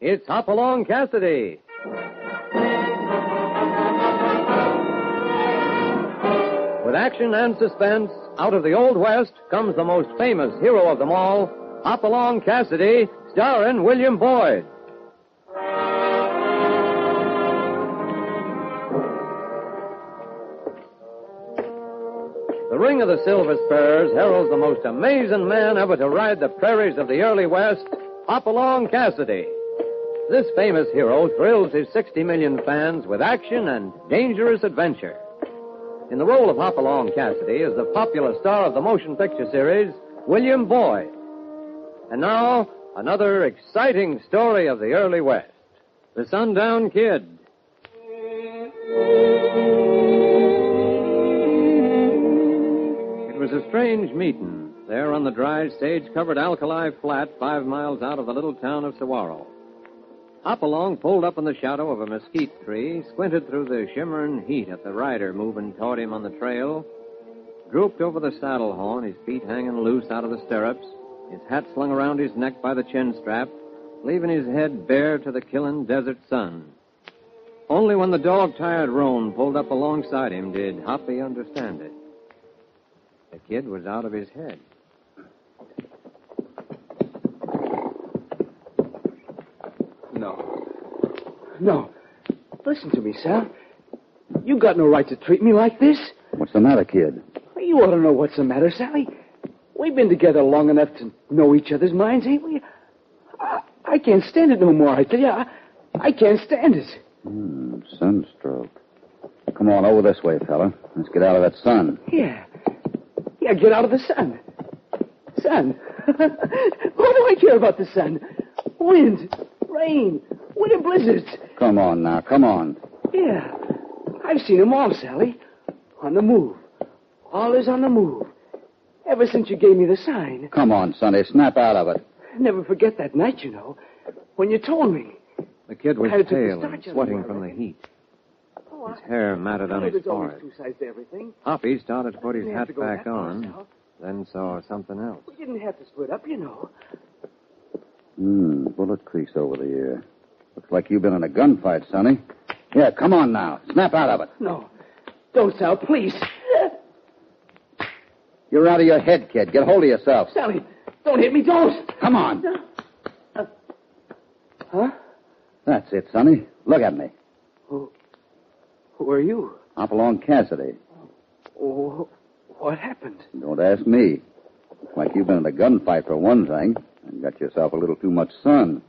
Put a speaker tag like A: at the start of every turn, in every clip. A: It's Hopalong Cassidy. With action and suspense, out of the Old West comes the most famous hero of them all, Hopalong Cassidy, starring William Boyd. The Ring of the Silver Spurs heralds the most amazing man ever to ride the prairies of the early West, Hopalong Cassidy. This famous hero thrills his 60 million fans with action and dangerous adventure. In the role of Hopalong Cassidy is the popular star of the motion picture series, William Boyd. And now, another exciting story of the early West. The Sundown Kid. It was a strange meeting there on the dry, sage covered alkali flat five miles out of the little town of Saguaro. Hopalong pulled up in the shadow of a mesquite tree, squinted through the shimmering heat at the rider moving toward him on the trail, drooped over the saddle horn, his feet hanging loose out of the stirrups, his hat slung around his neck by the chin strap, leaving his head bare to the killing desert sun. Only when the dog tired roan pulled up alongside him did Hoppy understand it. The kid was out of his head.
B: No. No. Listen to me, Sal. You got no right to treat me like this.
C: What's the matter, kid?
B: You ought to know what's the matter, Sally. We've been together long enough to know each other's minds, ain't we? I, I can't stand it no more, I tell you. I, I can't stand it.
C: Hmm, sunstroke. Come on, over this way, fella. Let's get out of that sun.
B: Yeah. Yeah, get out of the sun. Sun. what do I care about the sun? Wind, rain, winter blizzards.
C: Come on now, come on.
B: Yeah. I've seen 'em all, Sally. On the move. Always on the move. Ever since you gave me the sign.
C: Come on, Sonny, snap out of it.
B: Never forget that night, you know, when you told me.
A: The kid was
B: How did you
A: pale
B: start
A: and
B: your
A: sweating
B: life?
A: from the heat.
B: Oh,
A: His hair matted on his
B: there's always
A: forehead.
B: two sides to everything.
A: Hoppy started to put his
B: We didn't have
A: hat
B: to go
A: back
B: that far,
A: on,
B: Sal.
A: then saw something else.
B: We didn't have to split up, you know.
C: Hmm, bullet crease over the ear. Looks like you've been in a gunfight, Sonny. Yeah, come on now. Snap out of it.
B: No. Don't, Sal, please.
C: You're out of your head, kid. Get hold of yourself.
B: Sally, don't hit me, don't.
C: Come on.
B: Huh?
C: That's it, Sonny. Look at me.
B: Who, who are you?
C: Hop along, Cassidy.
B: Oh, what happened?
C: Don't ask me. Looks like you've been in a gunfight for one thing, and got yourself a little too much sun.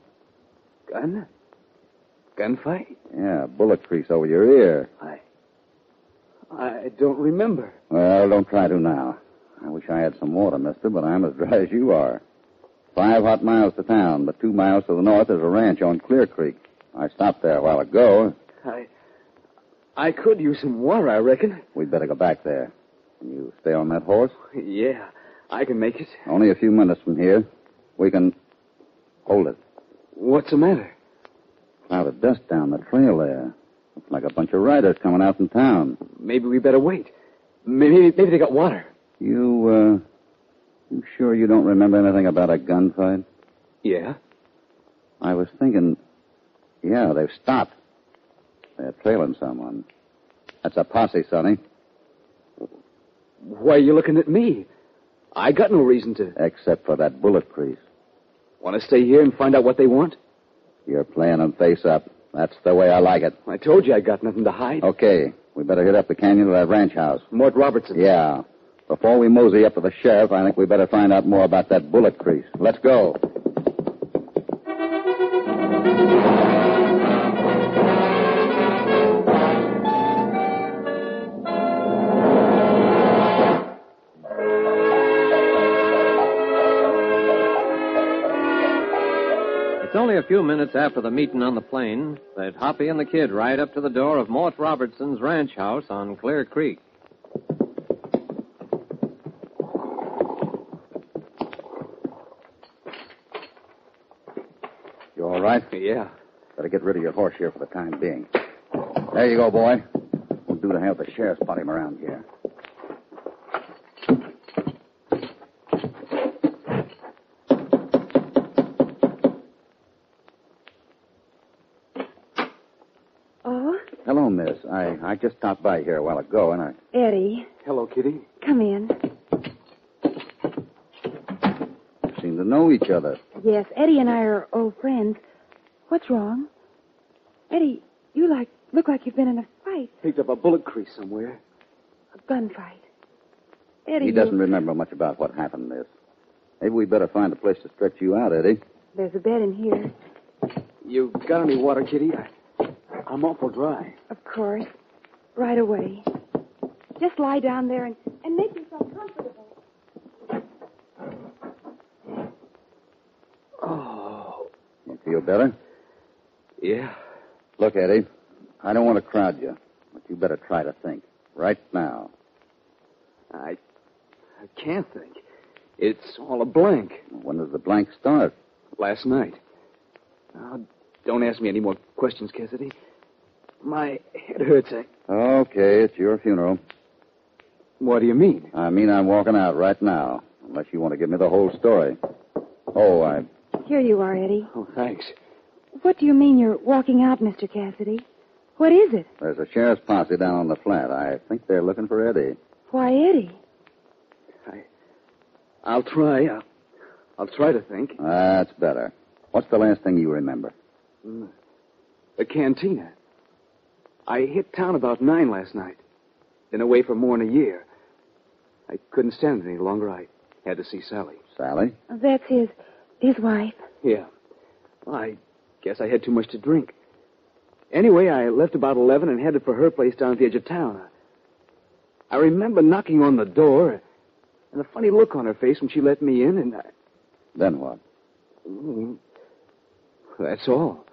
B: Gun? Gunfight?
C: Yeah, bullet crease over your ear.
B: I. I don't remember.
C: Well, don't try to now. I wish I had some water, mister, but I'm as dry as you are. Five hot miles to town, but two miles to the north is a ranch on Clear Creek. I stopped there a while ago.
B: I. I could use some water, I reckon.
C: We'd better go back there. Can you stay on that horse?
B: Yeah, I can make it.
C: Only a few minutes from here. We can hold it.
B: What's the matter?
C: Cloud of dust down the trail there. Looks like a bunch of riders coming out from town.
B: Maybe we better wait. Maybe, maybe they got water.
C: You, uh, you sure you don't remember anything about a gunfight?
B: Yeah?
C: I was thinking, yeah, they've stopped. They're trailing someone. That's a posse, Sonny.
B: Why are you looking at me? I got no reason to.
C: Except for that bullet crease.
B: Want to stay here and find out what they want?
C: You're playing them face up. That's the way I like it.
B: I told you I got nothing to hide.
C: Okay, we better hit up the canyon to that ranch house.
B: Mort Robertson.
C: Yeah. Before we mosey up to the sheriff, I think we better find out more about that bullet crease. Let's go.
A: It's only a few minutes after the meeting on the plain that Hoppy and the kid ride up to the door of Mort Robertson's ranch house on Clear Creek.
C: You all right?
B: Yeah.
C: Better get rid of your horse here for the time being. There you go, boy. Won't do to have the sheriff spot him around here.
D: Oh,
C: Hello, miss. I, I just stopped by here a while ago, and I.
D: Eddie,
B: Hello, Kitty.
D: come in.
C: seem to know each other.
D: Yes, Eddie and I are old friends. What's wrong? Eddie, you like look like you've been in a fight,
B: Picked up a bullet crease somewhere.
D: a gunfight. Eddie,
C: He doesn't
D: you-
C: remember much about what happened, miss. Maybe we better find a place to stretch you out, Eddie.
D: there's a bed in here,
B: You got any water, Kitty? I, I'm awful dry.
D: of course, right away. Just lie down there and, and make yourself comfortable.
B: Oh,
C: You feel better?
B: yeah.
C: Look, Eddie, I don't want to crowd you, but you better try to think right now.
B: I, I can't think. It's all a blank.
C: When does the blank start?
B: Last night. Oh, don't ask me any more questions, Cassidy. My head hurts. I...
C: Okay, it's your funeral.
B: What do you mean?
C: I mean, I'm walking out right now, unless you want to give me the whole story. Oh, I.
D: Here you are, Eddie.
B: Oh, thanks.
D: What do you mean you're walking out, Mr. Cassidy? What is it?
C: There's a sheriff's posse down on the flat. I think they're looking for Eddie.
D: Why, Eddie?
B: I'll try. I'll, I'll try to think.
C: That's better. What's the last thing you remember?
B: Mm. The cantina. I hit town about nine last night. Been away for more than a year. I couldn't stand it any longer. I had to see Sally.
C: Sally?
D: That's his his wife.
B: Yeah. I guess I had too much to drink. Anyway, I left about 11 and headed for her place down at the edge of town. I remember knocking on the door and the funny look on her face when she let me in, and I,
C: Then what?
B: Mm. That's all.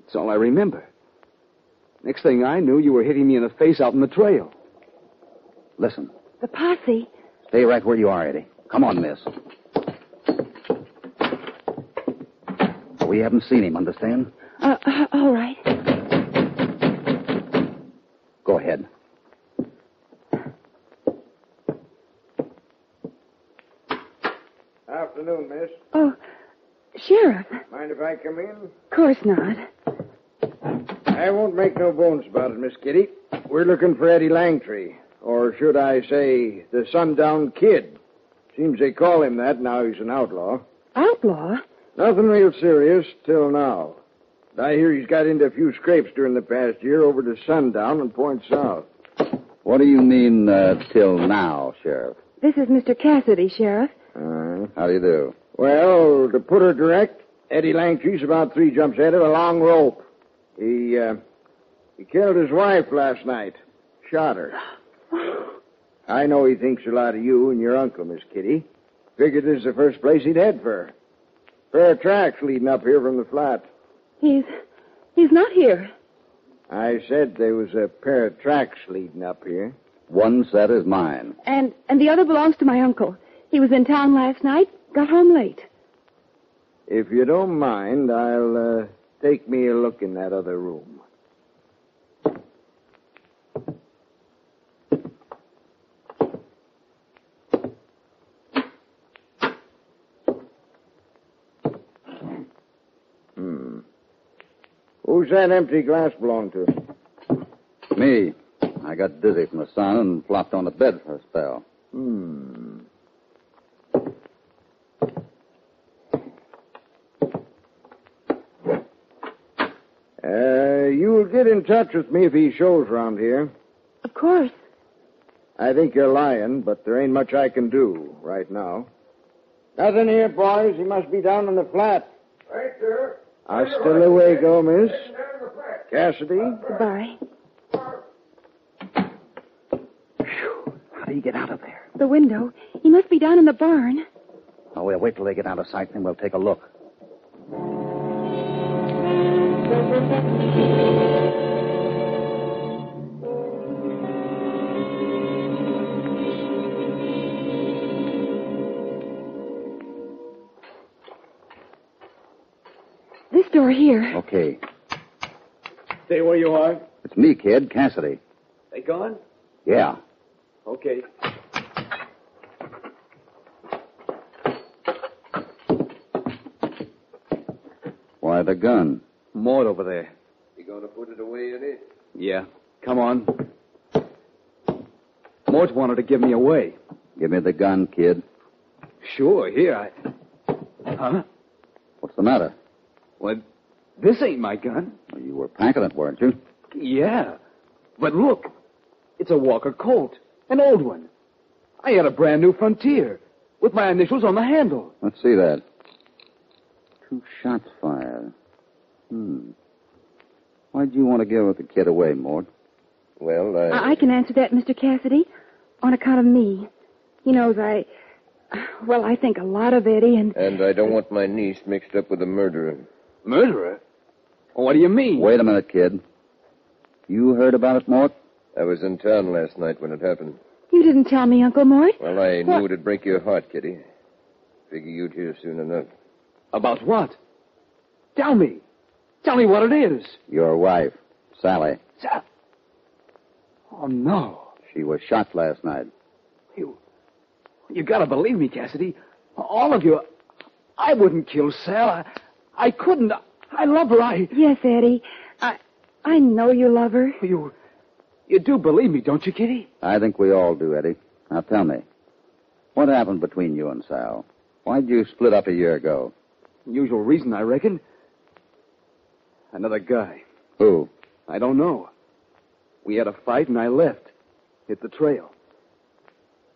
B: That's all I remember. Next thing I knew, you were hitting me in the face out in the trail.
C: Listen.
D: The posse.
C: Stay right where you are, Eddie. Come on, miss. We haven't seen him, understand?
D: Uh, uh, all right.
C: Go ahead.
E: Afternoon, miss.
D: Oh, Sheriff.
E: Mind if I come in?
D: Of course not.
E: I won't make no bones about it, Miss Kitty. We're looking for Eddie Langtry, or should I say, the Sundown Kid. Seems they call him that now he's an outlaw.
D: Outlaw?
E: Nothing real serious till now. But I hear he's got into a few scrapes during the past year over to Sundown and Point South.
C: What do you mean, uh, till now, Sheriff?
D: This is Mr. Cassidy, Sheriff.
E: Uh,
C: How do you do?
E: well, to put her direct, Eddie Langtry's about three jumps ahead of a long rope. He, uh, he killed his wife last night. Shot her. I know he thinks a lot of you and your uncle, Miss Kitty. Figured this is the first place he'd head for. Fair tracks leading up here from the flat.
D: He's he's not here.
E: I said there was a pair of tracks leading up here.
C: One set is mine.
D: And and the other belongs to my uncle. He was in town last night, got home late.
E: If you don't mind, I'll uh, take me a look in that other room. Hmm. Who's that empty glass belong to?
C: Me. I got dizzy from the sun and flopped on the bed for a spell.
E: Hmm. Uh, you'll get in touch with me if he shows round here.
D: Of course.
E: I think you're lying, but there ain't much I can do right now. Nothing here, boys. He must be down in the flat.
F: Right there.
E: I still away go, miss.
F: Sitting down in the flat.
E: Cassidy?
D: Goodbye.
C: How do you get out of there?
D: The window. He must be down in the barn.
C: Oh, we'll wait till they get out of sight, then we'll take a look.
D: This door here.
C: Okay.
B: Stay where you are.
C: It's me, kid, Cassidy.
B: They gone?
C: Yeah.
B: Okay.
C: Why the gun?
B: More over there.
F: You going to put it away, Eddie?
B: Yeah. Come on. Mort wanted to give me away.
C: Give me the gun, kid.
B: Sure, here I. Huh?
C: What's the matter?
B: Well, this ain't my gun.
C: Well, you were packing it, weren't you?
B: Yeah. But look, it's a Walker Colt, an old one. I had a brand new Frontier with my initials on the handle.
C: Let's see that. Two shots fired. Hmm. Why'd you want to give the kid away, Mort? Well, uh,
D: I-, I can answer that, Mr. Cassidy, on account of me. He knows I. Well, I think a lot of Eddie, and
G: And I don't want my niece mixed up with a murderer.
B: Murderer? What do you mean?
C: Wait a minute, kid. You heard about it, Mort?
G: I was in town last night when it happened.
D: you didn't tell me, Uncle Mort.
G: Well, I
D: What?
G: knew it'd break your heart, Kitty. Figure you'd hear soon enough.
B: About what? Tell me. Tell me what it is.
C: Your wife, Sally.
B: Sa- Oh, no.
C: She was shot last night.
B: You, you gotta believe me, Cassidy. All of you. I wouldn't kill Sal. I, I couldn't. I love her. I.
D: Yes, Eddie. I I know you love her.
B: You, you do believe me, don't you, Kitty?
C: I think we all do, Eddie. Now tell me, what happened between you and Sal? Why'd you split up a year ago?
B: Usual reason, I reckon. Another guy.
C: Who?
B: I don't know. We had a fight and I left. Hit the trail.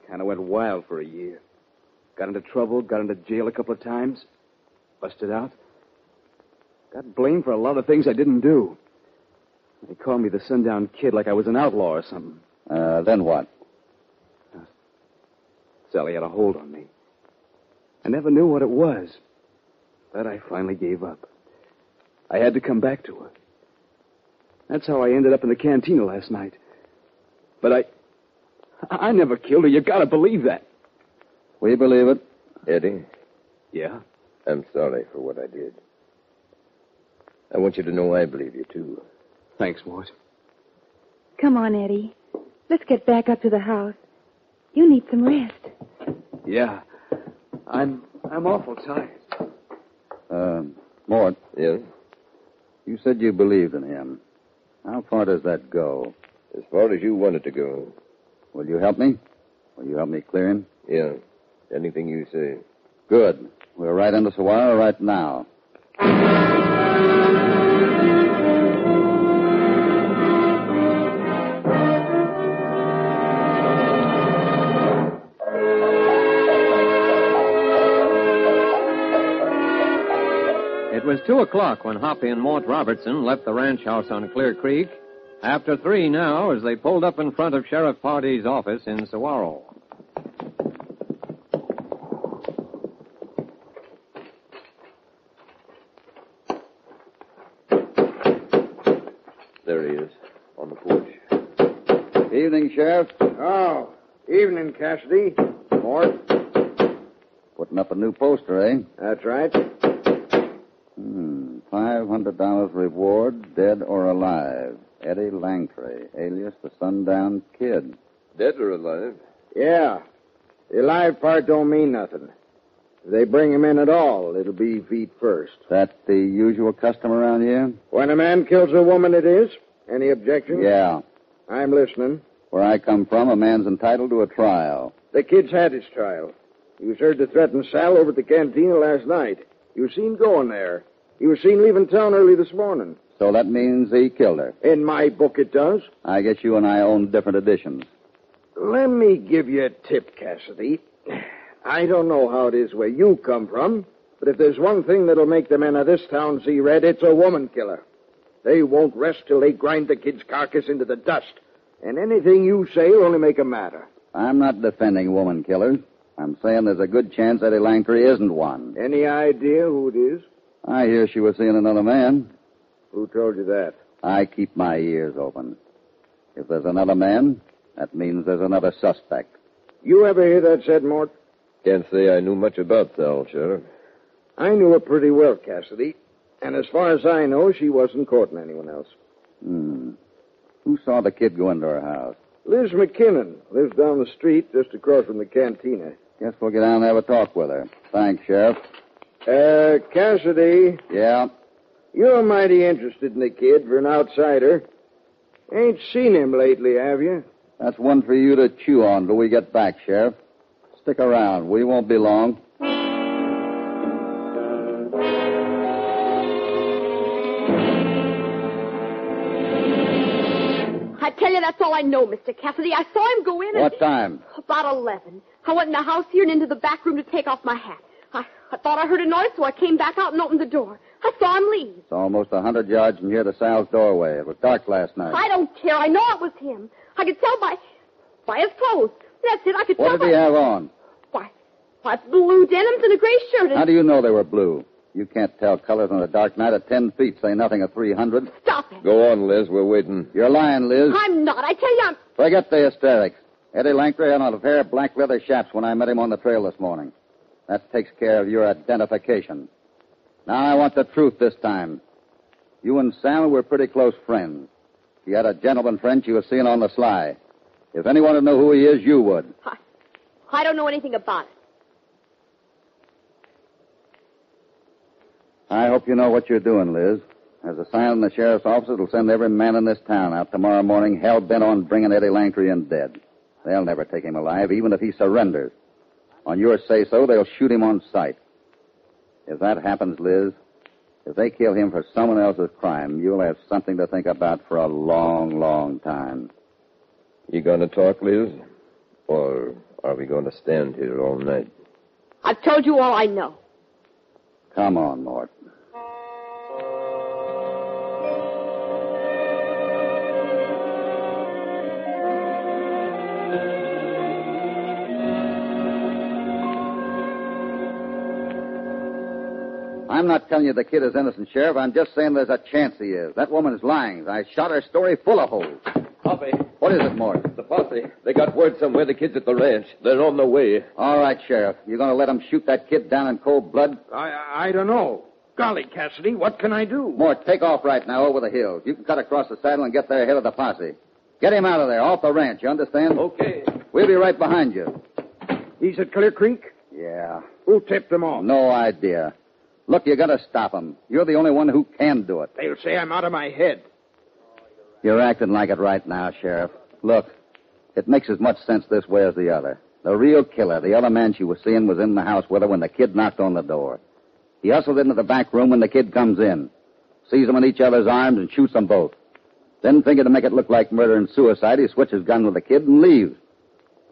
B: Kind of went wild for a year. Got into trouble, got into jail a couple of times. Busted out. Got blamed for a lot of things I didn't do. They called me the sundown kid like I was an outlaw or something.
C: Uh, then what?
B: Sally had a hold on me. I never knew what it was, but I finally gave up. I had to come back to her. That's how I ended up in the cantina last night. But I. I never killed her. You gotta believe that.
C: We believe it.
G: Eddie,
B: Yeah?
G: I'm sorry for what I did. I want you to know I believe you, too.
B: Thanks, Mort.
D: Come on, Eddie. Let's get back up to the house. You need some rest.
B: Yeah. I'm. I'm awful tired.
C: Uh, Mort,
G: Yeah?
C: you said you believed in him. How far does that go?
G: As far as you wanted to go.
C: Will you help me? Will you help me clear him?
G: Yeah. Anything you say.
C: Good. We're right under Sawara right now.
A: It was two o'clock when Hoppy and Mort Robertson left the ranch house on Clear Creek. After three now, as they pulled up in front of Sheriff Pardee's office in Saguaro.
G: There he is, on the porch.
C: Evening, Sheriff.
E: Oh, evening, Cassidy. Mort.
C: Putting up a new poster, eh?
E: That's right.
C: Hmm. Five hundred dollars reward, dead or alive. Eddie Langtry, alias the Sundown Kid.
G: Dead or alive?
E: Yeah. The alive part don't mean nothing. If they bring him in at all, it'll be feet first.
C: That the usual custom around here?
E: When a man kills a woman, it is. Any objection?
C: Yeah.
E: I'm listening.
C: Where I come from, a man's entitled to a trial.
E: The kid's had his trial. He was heard to threaten Sal over at the cantina last night. He was seen going there. He was seen leaving town early this morning.
C: So that means he killed her.
E: In my book, it does.
C: I guess you and I own different editions.
E: Let me give you a tip, Cassidy. I don't know how it is where you come from, but if there's one thing that'll make the men of this town see red, it's a woman killer. They won't rest till they grind the kid's carcass into the dust. And anything you say will only make 'em madder.
C: I'm not defending woman killers. I'm saying there's a good chance Eddie Langtry isn't one.
E: Any idea who it is?
C: I hear she was seeing another man.
E: Who told you that?
C: I keep my ears open. If there's another man, that means there's another suspect.
E: You ever hear that said, Mort?
G: Can't say I knew much about Sal, Sheriff.
E: I knew her pretty well, Cassidy. And as far as I know, she wasn't courting anyone else.
C: Hmm. Who saw the kid go into her house?
E: Liz McKinnon lives down the street just across from the cantina.
C: Guess we'll get down and have a talk with her. Thanks, Sheriff.
E: Uh, Cassidy,
C: Yeah.
E: You're mighty interested in the kid for an outsider. Ain't seen him lately, have you?
C: That's one for you to chew on till we get back, Sheriff. Stick around. We won't be long.
H: I tell you, that's all I know, Mr. Cassidy. I saw him go in
C: What time?
H: at about 11. I went in the house here and into the back room to take off my hat. I, I thought I heard a noise, so I came back out and opened the door. I saw him leave.
C: It's almost a hundred yards from here to Sal's doorway. It was dark last night.
H: I don't care. I know it was him. I could tell by, by his clothes. That's it. I could
C: What
H: tell
C: did
H: by...
C: he have on?
H: Why, why, blue denims and a gray shirt and...
C: How do you know they were blue? You can't tell colors on a dark night at ten feet, say nothing of three hundred.
H: Stop it.
G: Go on, Liz. We're waiting.
C: You're lying, Liz.
H: I'm not. I tell you, I'm...
C: Forget the hysterics. Eddie Langtry had on a pair of black leather chaps when I met him on the trail this morning. That takes care of your identification. Now I want the truth this time. You and Sal were pretty close friends. She had a gentleman friend she was seeing on the sly. If anyone would know who he is, you would.
H: I, I don't know anything about it.
C: I hope you know what you're doing, Liz. As a sign in the sheriff's office, it'll send every man in this town out tomorrow morning hell bent on bringing Eddie Langtry in dead. They'll never take him alive, even if he surrenders. On your say so, they'll shoot him on sight. If that happens, Liz, if they kill him for someone else's crime, you'll have something to think about for a long, long time.
G: You gonna talk, Liz? Or are we gonna stand here all night?
H: I've told you all I know.
C: Come on, Mort. I'm not telling you the kid is innocent, Sheriff. I'm just saying there's a chance he is. That woman is lying. I shot her story full of holes.
G: Coffee.
C: What is it, Mort?
G: The posse. They got word somewhere the kid's at the ranch. They're on their way.
C: All right, Sheriff. You're going to let him shoot that kid down in cold blood?
E: I, I don't know. Golly, Cassidy, what can I do?
C: Mort, take off right now over the hills. You can cut across the saddle and get there ahead of the posse. Get him out of there, off the ranch, you understand?
G: Okay.
C: We'll be right behind you.
E: He's at Clear Creek?
C: Yeah.
E: Who tipped him off?
C: No idea. Look, you gotta stop him. You're the only one who can do it.
E: They'll say I'm out of my head.
C: You're acting like it right now, Sheriff. Look, it makes as much sense this way as the other. The real killer, the other man she was seeing, was in the house with her when the kid knocked on the door. He hustled into the back room when the kid comes in, sees them in each other's arms, and shoots them both. Then, thinking to make it look like murder and suicide, he switches gun with the kid and leaves.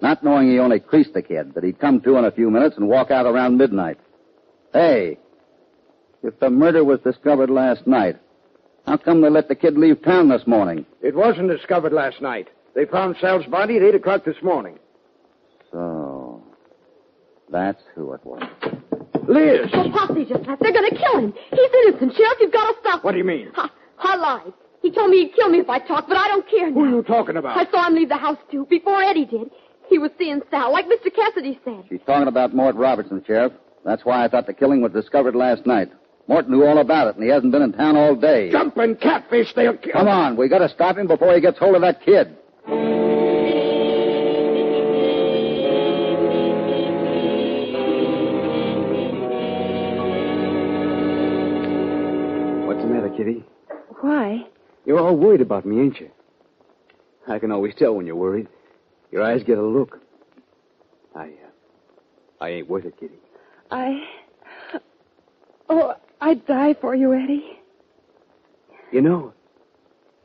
C: Not knowing he only creased the kid, that he'd come to in a few minutes and walk out around midnight. Hey, if the murder was discovered last night, how come they let the kid leave town this morning?
E: It wasn't discovered last night. They found Sal's body at 8 o'clock this morning.
C: So, that's who it was.
E: Liz!
H: The posse just left. They're going to kill him. He's innocent, Sheriff. You've got to stop him.
E: What do you mean?
H: I, I lied. He told me he'd kill me if I talked, but I don't care now.
E: Who are you talking about?
H: I saw him leave the house, too, before Eddie did. He was seeing Sal, like Mr. Cassidy said.
C: She's talking about Mort Robertson, Sheriff. That's why I thought the killing was discovered last night. Mort knew all about it, and he hasn't been in town all day.
E: Jumping catfish, they'll kill
C: Come on, we gotta stop him before he gets hold of that kid.
B: What's the matter, Kitty?
D: Why?
B: You're all worried about me, ain't you? I can always tell when you're worried. Your eyes get a look. I, uh, I ain't worth it, Kitty.
D: I. Oh, I'd die for you, Eddie.
B: You know,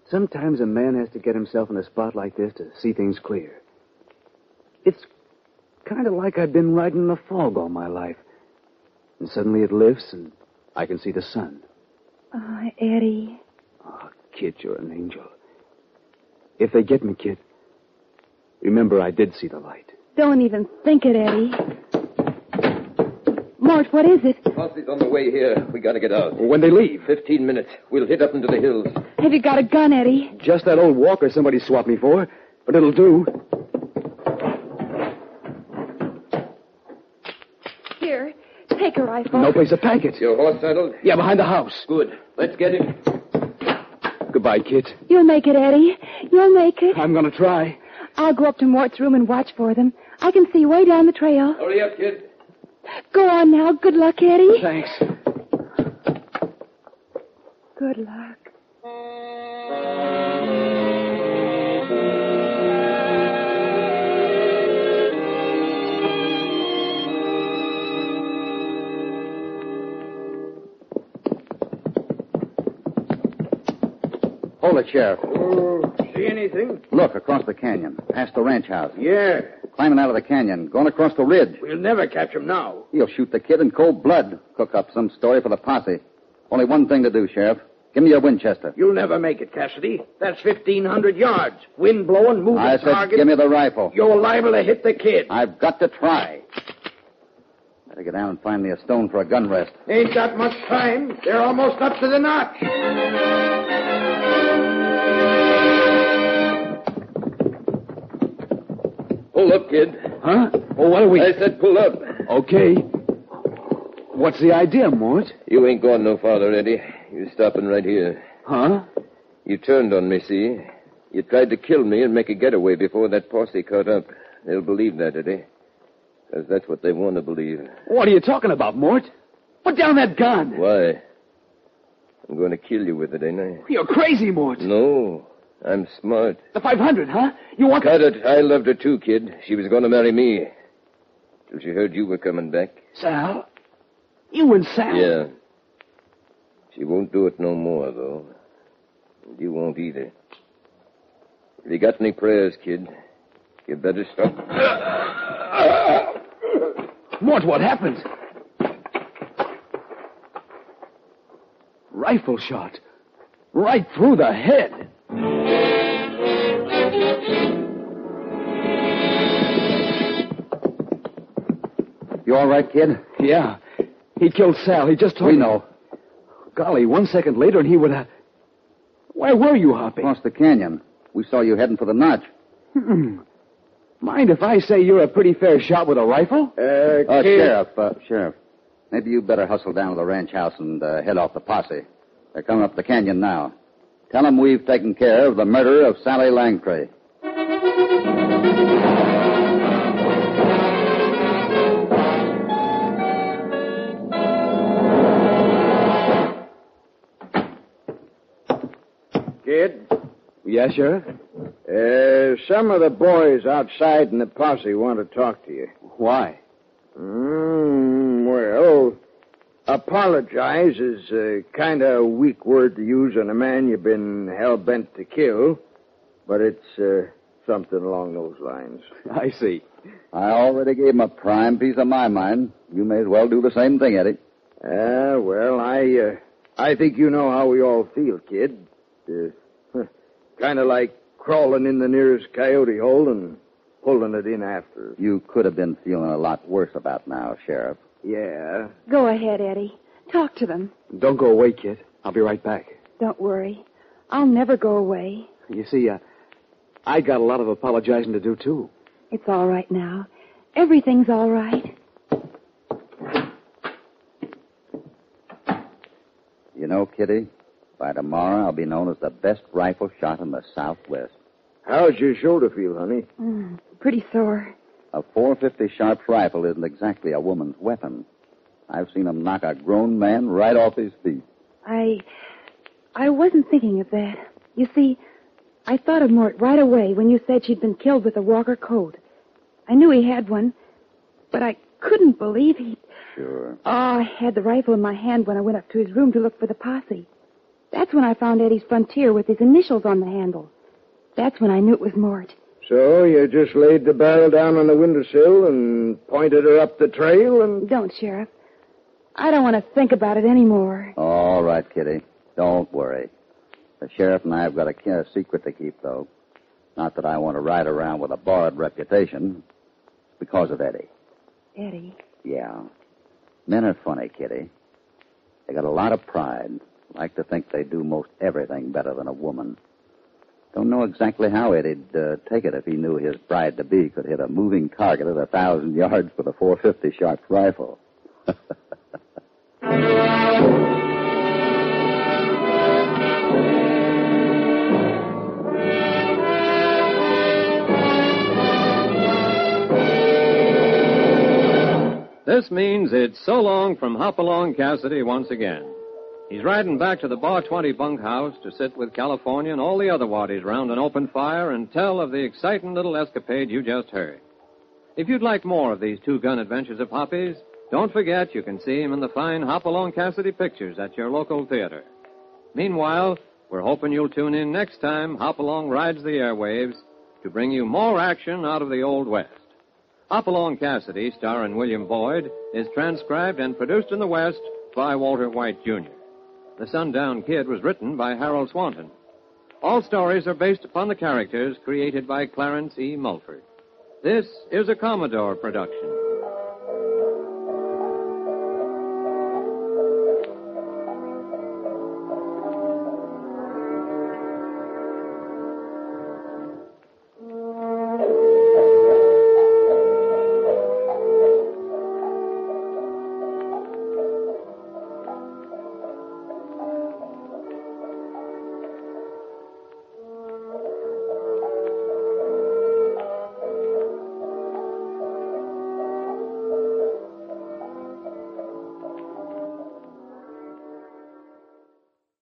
B: sometimes a man has to get himself in a spot like this to see things clear. It's kind of like I've been riding in a fog all my life. And suddenly it lifts and I can see the sun.
D: Oh, Eddie.
B: Oh, kid, you're an angel. If they get me, kid, remember I did see the light.
D: Don't even think it, Eddie. Mort, what is it?
G: Posse's on the way here. We gotta get out.
B: When they leave,
G: Fifteen minutes. We'll hit up into the hills.
D: Have you got a gun, Eddie?
B: just that old walker somebody swapped me for, but it'll do.
D: Here, take a rifle.
B: No place to pack it.
G: Your horse saddled?
B: Yeah, behind the house.
G: Good. Let's get him.
B: Goodbye, kid.
D: You'll make it, Eddie. You'll make it.
B: I'm gonna try.
D: I'll go up to Mort's room and watch for them. I can see way down the trail.
G: Hurry up, kid.
D: Go on now. Good luck, Eddie.
B: Thanks.
D: Good luck.
C: Hold it, Sheriff.
B: Oh, see anything?
C: Look, across the canyon, past the ranch house.
B: Yeah.
C: Climbing out of the canyon, going across the ridge.
B: We'll never catch him now.
C: He'll shoot the kid in cold blood. Cook up some story for the posse. Only one thing to do, Sheriff. Give me your Winchester.
B: You'll never make it, Cassidy. That's 1,500 yards. Wind blowing, moving
C: I said,
B: target.
C: give me the rifle.
B: You're liable to hit the kid.
C: I've got to try. Better get down and find me a stone for a gun rest.
B: Ain't got much time. They're almost up to the notch.
G: Pull up, kid.
I: Huh? Oh, what are we?
G: I said pull up.
I: Okay. What's the idea, Mort?
G: You ain't going no farther, Eddie. You're stopping right here.
I: Huh?
G: You turned on me, see? You tried to kill me and make a getaway before that posse caught up. They'll believe that, Eddie. Because that's what they want to believe.
I: What are you talking about, Mort? Put down that gun.
G: Why? I'm going to kill you with it, ain't I?
I: You're crazy, Mort.
G: No. I'm smart.
I: The 500, huh? You want
G: Cut it. I loved her too, kid. She was going to marry me. Till she heard you were coming back.
I: Sal? You and Sal?
G: Yeah. She won't do it no more, though. And you won't either. Have you got any prayers, kid? You better stop.
I: Mort, what happened? Rifle shot. Right through the head.
C: You all right, kid?
I: Yeah. He killed Sal. He just told
C: We
I: me-
C: know.
I: Golly, one second later and he would have. Where were you, Hoppy?
C: Across the canyon. We saw you heading for the notch.
I: Hmm. Mind if I say you're a pretty fair shot with a rifle?
B: Uh,
C: Uh,
B: kid.
C: Sheriff, uh, Sheriff, maybe you better hustle down to the ranch house and uh, head off the posse. They're coming up the canyon now. Tell them we've taken care of the murder of Sally Langtry.
B: Kid,
I: Yes, Sheriff.
B: uh, some of the boys outside in the posse want to talk to you.
I: Why?
B: Mm, well, apologize is a kind of weak word to use on a man you've been hell bent to kill, but it's uh, something along those lines.
I: I see.
C: I already gave him a prime piece of my mind. You may as well do the same thing, Eddie.
B: Ah, well, I uh, I think you know how we all feel, kid. Uh, kind of like crawling in the nearest coyote hole and pulling it in after. us.
C: You could have been feeling a lot worse about now, Sheriff.
B: Yeah.
D: Go ahead, Eddie. Talk to them.
I: Don't go away, kid. I'll be right back.
D: Don't worry. I'll never go away.
I: You see, uh, I got a lot of apologizing to do, too.
D: It's all right now. Everything's all right.
C: You know, Kitty, by tomorrow I'll be known as the best rifle shot in the Southwest.
B: How's your shoulder feel, honey?
D: Mm, pretty sore.
C: A 450 Sharps rifle isn't exactly a woman's weapon. I've seen 'em knock a grown man right off his feet.
D: I. I wasn't thinking of that. You see, I thought of Mort right away when you said she'd been killed with a Walker Colt. I knew he had one, but I couldn't believe he.
C: Sure.
D: Oh, I had the rifle in my hand when I went up to his room to look for the posse. That's when I found Eddie's frontier with his initials on the handle. That's when I knew it was Mort.
B: So you just laid the barrel down on the windowsill and pointed her up the trail and
D: Don't, Sheriff. I don't want to think about it anymore.
C: All right, Kitty. Don't worry. The sheriff and I have got a, ki- a secret to keep, though. Not that I want to ride around with a borrowed reputation. It's because of Eddie.
D: Eddie.
C: Yeah. Men are funny, Kitty. They got a lot of pride. Like to think they do most everything better than a woman. Don't know exactly how Eddie'd uh, take it if he knew his bride to be could hit a moving target at a thousand yards with a 450 Sharps rifle.
A: This means it's so long from Hopalong Cassidy once again. He's riding back to the Bar 20 bunkhouse to sit with California and all the other waddies round an open fire and tell of the exciting little escapade you just heard. If you'd like more of these two-gun adventures of Hoppy's, don't forget you can see him in the fine Hopalong Cassidy pictures at your local theater. Meanwhile, We're hoping you'll tune in next time Hopalong rides the airwaves to bring you more action out of the Old West. Hopalong Cassidy, starring William Boyd, is transcribed and produced in the West by Walter White, Jr. The Sundown Kid was written by Harold Swanton. All stories are based upon the characters created by Clarence E. Mulford. This is a Commodore production.